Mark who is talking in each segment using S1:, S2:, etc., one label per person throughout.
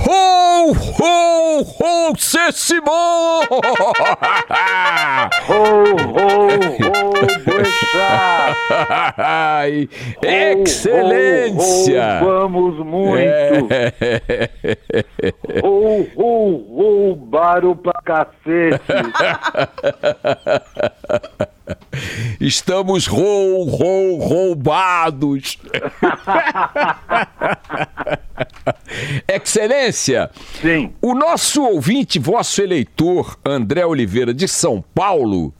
S1: Ho, ho, ho, Sessimo!
S2: Ho, ho, ho, bruxa!
S1: Ai,
S2: Ho,
S1: Excelência!
S2: ho, ho, vamos muito!
S1: É.
S2: Ho, ho, ho, baro pra cacete!
S1: Estamos rou, rou, roubados. Excelência,
S2: Sim,
S1: o nosso ouvinte, vosso eleitor, André Oliveira de São Paulo,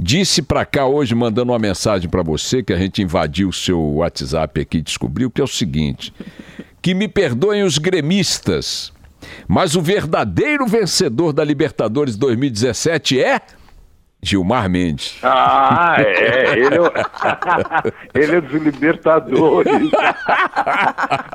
S1: disse pra cá hoje, mandando uma mensagem pra você, que a gente invadiu o seu WhatsApp aqui e descobriu, que é o seguinte: que me perdoem os gremistas, mas o verdadeiro vencedor da Libertadores 2017 é Gilmar Mendes.
S2: ah, é, ele é, o... ele é dos Libertadores!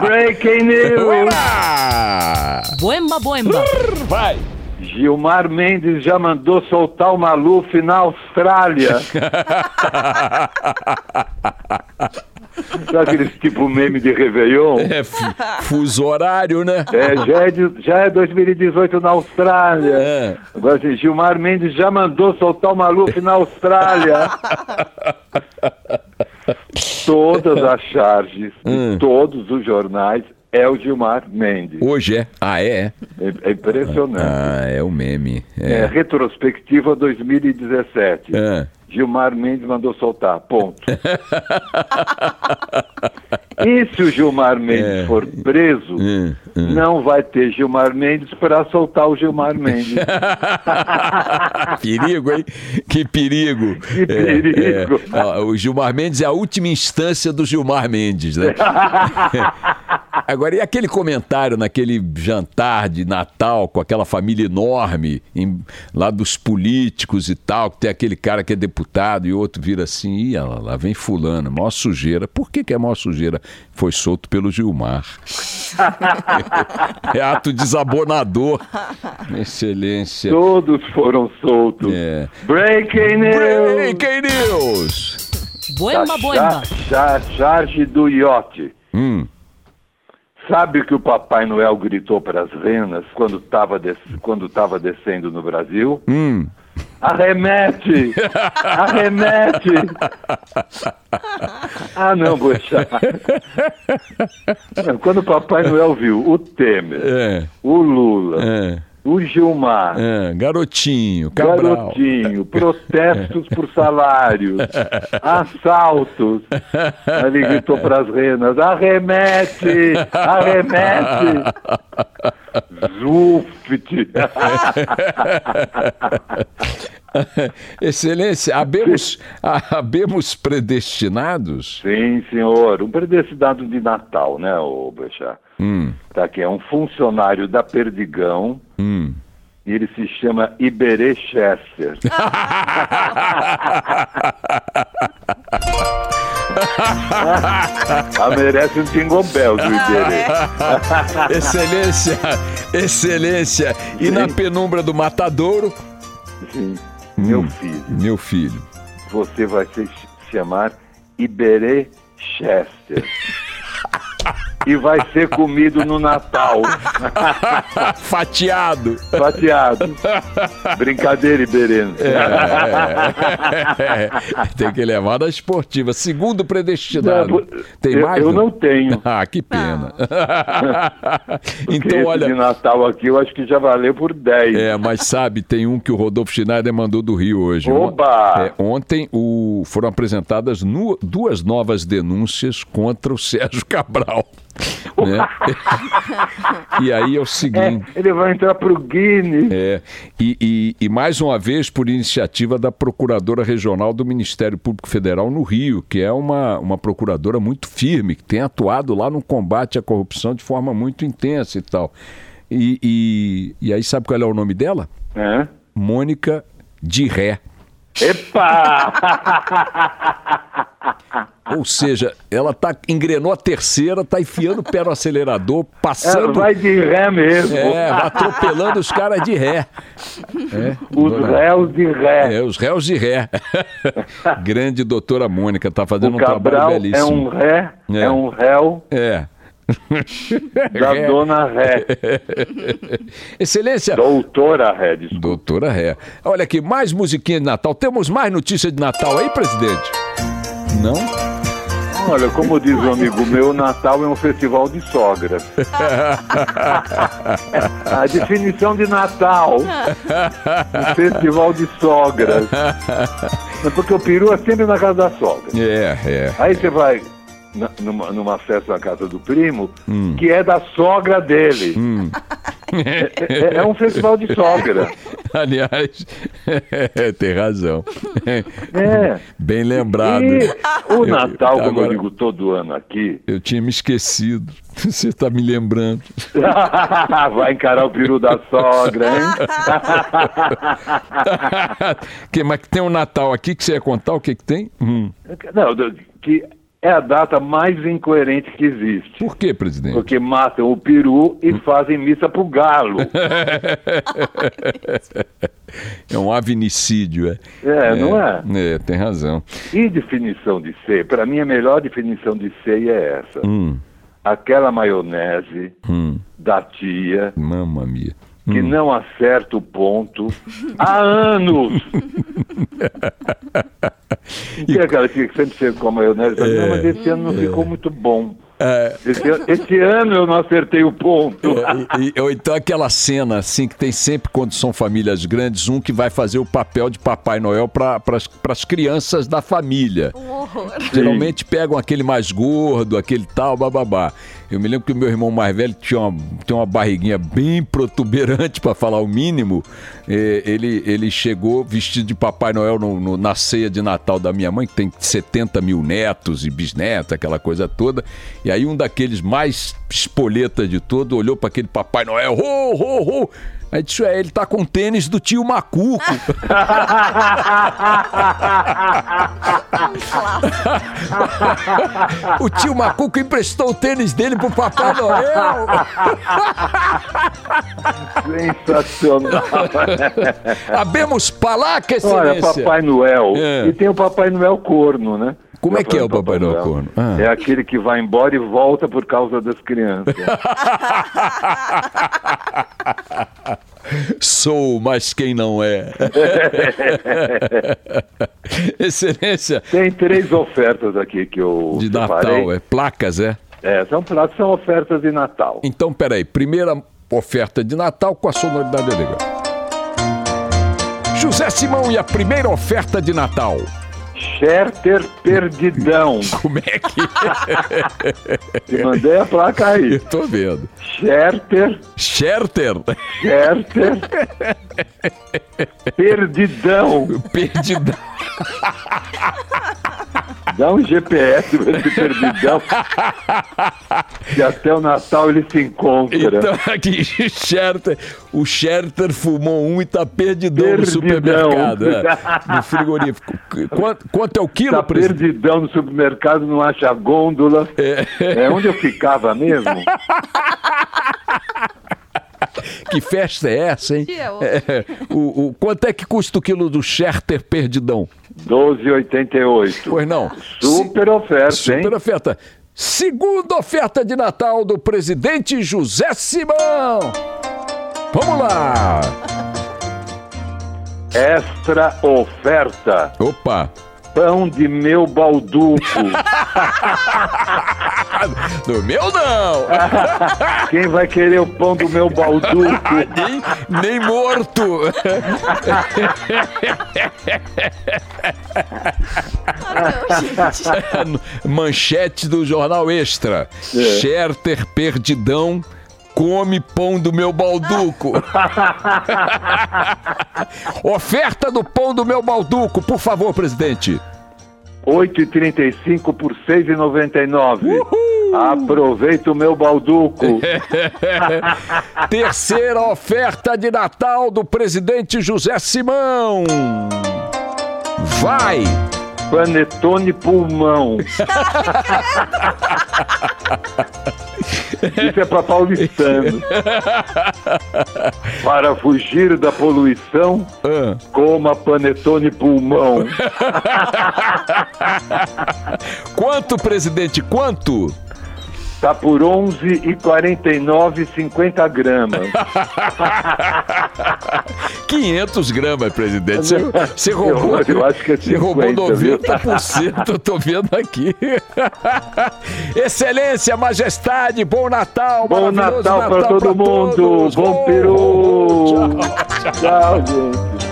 S2: Breaking news!
S1: Ura!
S3: Boemba, boemba.
S1: Vai!
S2: Gilmar Mendes já mandou soltar o Maluf na Austrália. Sabe aqueles tipo meme de Réveillon?
S1: É fu- fuso horário, né?
S2: É, já, é de- já é 2018 na Austrália.
S1: É.
S2: Agora, assim, Gilmar Mendes já mandou soltar o Maluf na Austrália. Todas as charges de todos os jornais é o Gilmar Mendes.
S1: Hoje é. Ah, é?
S2: É, é impressionante.
S1: Ah, é o meme.
S2: É,
S1: É.
S2: retrospectiva 2017.
S1: Ah.
S2: Gilmar Mendes mandou soltar. Ponto. e se o Gilmar
S1: É.
S2: Mendes for preso, não vai ter Gilmar Mendes para soltar o Gilmar Mendes.
S1: perigo, hein? Que perigo.
S2: Que perigo.
S1: É, é. Ah, O Gilmar Mendes é a última instância do Gilmar Mendes, né? Agora, e aquele comentário naquele jantar de Natal com aquela família enorme, em- lá dos políticos e tal, que tem aquele cara que é deputado e outro vira assim, Ih, olha lá, lá vem fulano, maior sujeira. Por que, que é maior sujeira? Foi solto pelo Gilmar. é ato desabonador. Excelência.
S2: Todos foram soltos.
S1: É.
S2: Breaking news!
S1: Breaking News!
S3: Boemba, boemba.
S2: cha- Tá charge do iote.
S1: Hum.
S2: Sabe o que o Papai Noel gritou para as renas quando estava quando tava descendo no Brasil?
S1: Hum.
S2: Arremete! Arremete! ah, não, Boixá. Não, Quando o Papai Noel viu o Temer,
S1: É,
S2: o Lula,
S1: é,
S2: o Gilmar,
S1: é, garotinho, Cabral.
S2: Garotinho, protestos por salários, assaltos. Aí Ele gritou para as renas: arremete, arremete. Zuft.
S1: Excelência, habemos, a- habemos predestinados?
S2: Sim, senhor. Um predestinado de Natal, né, ô Bechá? Tá aqui, é um funcionário da Perdigão. E ele se chama Iberê Chester. ah, merece um Jingle Bell do Iberê.
S1: Excelência, excelência. E na penumbra do matadouro,
S2: Sim. Meu filho,
S1: meu filho.
S2: você vai se ch- chamar Iberê Chester. e vai ser comido no Natal,
S1: Fatiado.
S2: fatiado. Brincadeira, Iberê.
S1: É. Tem que levar da esportiva. Segundo predestinado.
S2: Não,
S1: Tem
S2: eu-
S1: mais?
S2: eu não tenho. Ah.
S1: Ah, que pena.
S2: Porque
S1: então,
S2: esse de
S1: olha.
S2: Natal aqui eu acho que já valeu por 10.
S1: É, mas sabe, tem um que o Rodolfo Schneider mandou do Rio hoje. On-
S2: Oba!
S1: é, ontem o- foram apresentadas nu- duas novas denúncias contra o Sérgio Cabral. né? e aí é o seguinte.
S2: É, ele vai entrar pro Guinness.
S1: É, e, e- e mais uma vez por iniciativa da Procuradora Regional do Ministério Público Federal no Rio, que é uma, uma procuradora muito firme, que tem atuado lá no combate à corrupção de forma muito intensa e tal. E, e- e aí sabe qual é o nome dela?
S2: né?
S1: Mônica de Ré.
S2: Epa!
S1: Ou seja, ela tá, engrenou a terceira, tá enfiando o pé no acelerador,
S2: Ela
S1: passando.
S2: vai de ré mesmo.
S1: É, atropelando os caras de ré. É,
S2: Os
S1: dona-
S2: réus de ré.
S1: É, os réus de ré. Grande doutora Mônica, tá fazendo
S2: o
S1: um
S2: Cabral
S1: trabalho
S2: é
S1: belíssimo.
S2: um ré, é,
S1: É.
S2: um réu
S1: É.
S2: da
S1: Ré.
S2: dona ré.
S1: Excelência,
S2: Doutora ré, desculpa.
S1: doutora ré. Olha aqui, mais musiquinha de Natal. Temos mais notícia de Natal aí, presidente? Não?
S2: Olha, como diz um amigo meu, o Natal é um festival de sogras. A definição de Natal. Um festival de sogras. Porque o peru é sempre na casa da sogra.
S1: É, é.
S2: Aí você vai na- numa, numa festa na casa do primo,
S1: Hum.
S2: que é da sogra dele. É, é- é um festival de sogra.
S1: Aliás, tem razão.
S2: É.
S1: Bem lembrado.
S2: E o
S1: Eu-
S2: Natal, como eu
S1: agora-
S2: digo todo ano aqui,
S1: Eu tinha me esquecido. Você está me lembrando.
S2: Vai encarar o peru da sogra, hein?
S1: que, mas que tem um Natal aqui que você ia contar o que, que tem? Hum.
S2: Não, do- que é a data mais incoerente que existe.
S1: Por quê, presidente?
S2: Porque matam o peru e fazem missa pro galo.
S1: É um avinicídio, é.
S2: É, não é?
S1: É, tem razão.
S2: E definição de ceia? Para mim, a melhor definição de ceia é essa. Aquela maionese da tia
S1: Mamma mia.
S2: que não acerta o ponto há anos. E aquela tia que sempre chega com a maionese, fala, não, mas esse ano não ficou muito bom. Esse, an- esse ano eu não acertei o ponto.
S1: E- e- ou então aquela cena, assim, que tem sempre quando são famílias grandes, um que vai fazer o papel de Papai Noel para as crianças da família. Geralmente pegam aquele mais gordo, aquele tal, bababá. Eu me lembro que o meu irmão mais velho tinha uma, tinha uma barriguinha bem protuberante, para falar o mínimo. É, ele, ele chegou vestido de Papai Noel no- no- na ceia de Natal da minha mãe, que tem 70 mil netos e bisnetos, aquela coisa toda. E aí um daqueles mais espoleta de todo olhou para aquele Papai Noel, ho, ho, ho! Aí disse, é, ele tá com o tênis do tio Macuco. O tio Macuco emprestou o tênis dele pro Papai Noel.
S2: Sensacional.
S1: Habemos palaca,
S2: Olha,
S1: excelência.
S2: Papai Noel.
S1: É.
S2: E tem o Papai Noel corno, né?
S1: Como é
S2: Já
S1: que é
S2: falei
S1: o Papai Noel corno? Ah.
S2: É aquele que vai embora e volta por causa das crianças.
S1: Sou, mas quem não é. excelência
S2: Tem três ofertas aqui que eu
S1: de
S2: separei.
S1: Natal, é placas, é?
S2: É, são, pratos, são ofertas de Natal.
S1: Então, peraí, primeira oferta de Natal com a sonoridade legal. José Simão e a primeira oferta de Natal.
S2: Scherter Perdidão.
S1: Como é que
S2: Te mandei a placa aí.
S1: eu tô vendo?
S2: Scherter,
S1: Scherter,
S2: Scherter. Perdidão.
S1: perdidão.
S2: Dá um GPS pra esse perdidão. que até o Natal ele se encontra.
S1: Então, aqui, Scherter. O Scherter fumou um e tá perdidão, no
S2: Perdidão.
S1: supermercado. é, no frigorífico. Quanto, quanto é o quilo,
S2: Tá
S1: presidente?
S2: perdidão no supermercado, não acha a gôndola. É. onde eu ficava mesmo?
S1: Que festa é essa, hein? É, o, o- quanto é que custa o quilo do Scherter perdidão?
S2: 12,88.
S1: Pois não.
S2: Super oferta, hein?
S1: Super oferta. Segunda oferta de Natal do presidente José Simão. Vamos lá.
S2: Extra oferta.
S1: Opa.
S2: Pão de meu balduco.
S1: Do meu não.
S2: Quem vai querer o pão do meu balduco?
S1: nem, nem morto. Manchete do jornal Extra. Scherter perdidão come pão do meu balduco. Oferta do pão do meu balduco, por favor, presidente.
S2: 8,35 por 6,99. Aproveita o meu balduco.
S1: Terceira oferta de Natal do presidente José Simão. Vai!
S2: Panetone pulmão. Isso é para paulistano. Para fugir da poluição,
S1: Ah.
S2: coma panetone pulmão.
S1: Quanto, presidente? Quanto?
S2: Tá por 11,49, 50 gramas.
S1: 500 gramas, presidente. Você, você roubou,
S2: Eu- eu acho que é
S1: você roubou
S2: 50, viu?
S1: 90%, eu tô vendo aqui. Excelência, majestade, bom Natal,
S2: Bom
S1: maravilhoso
S2: Natal para todo
S1: pra
S2: mundo.
S1: todos.
S2: Bom peru. Tchau, gente.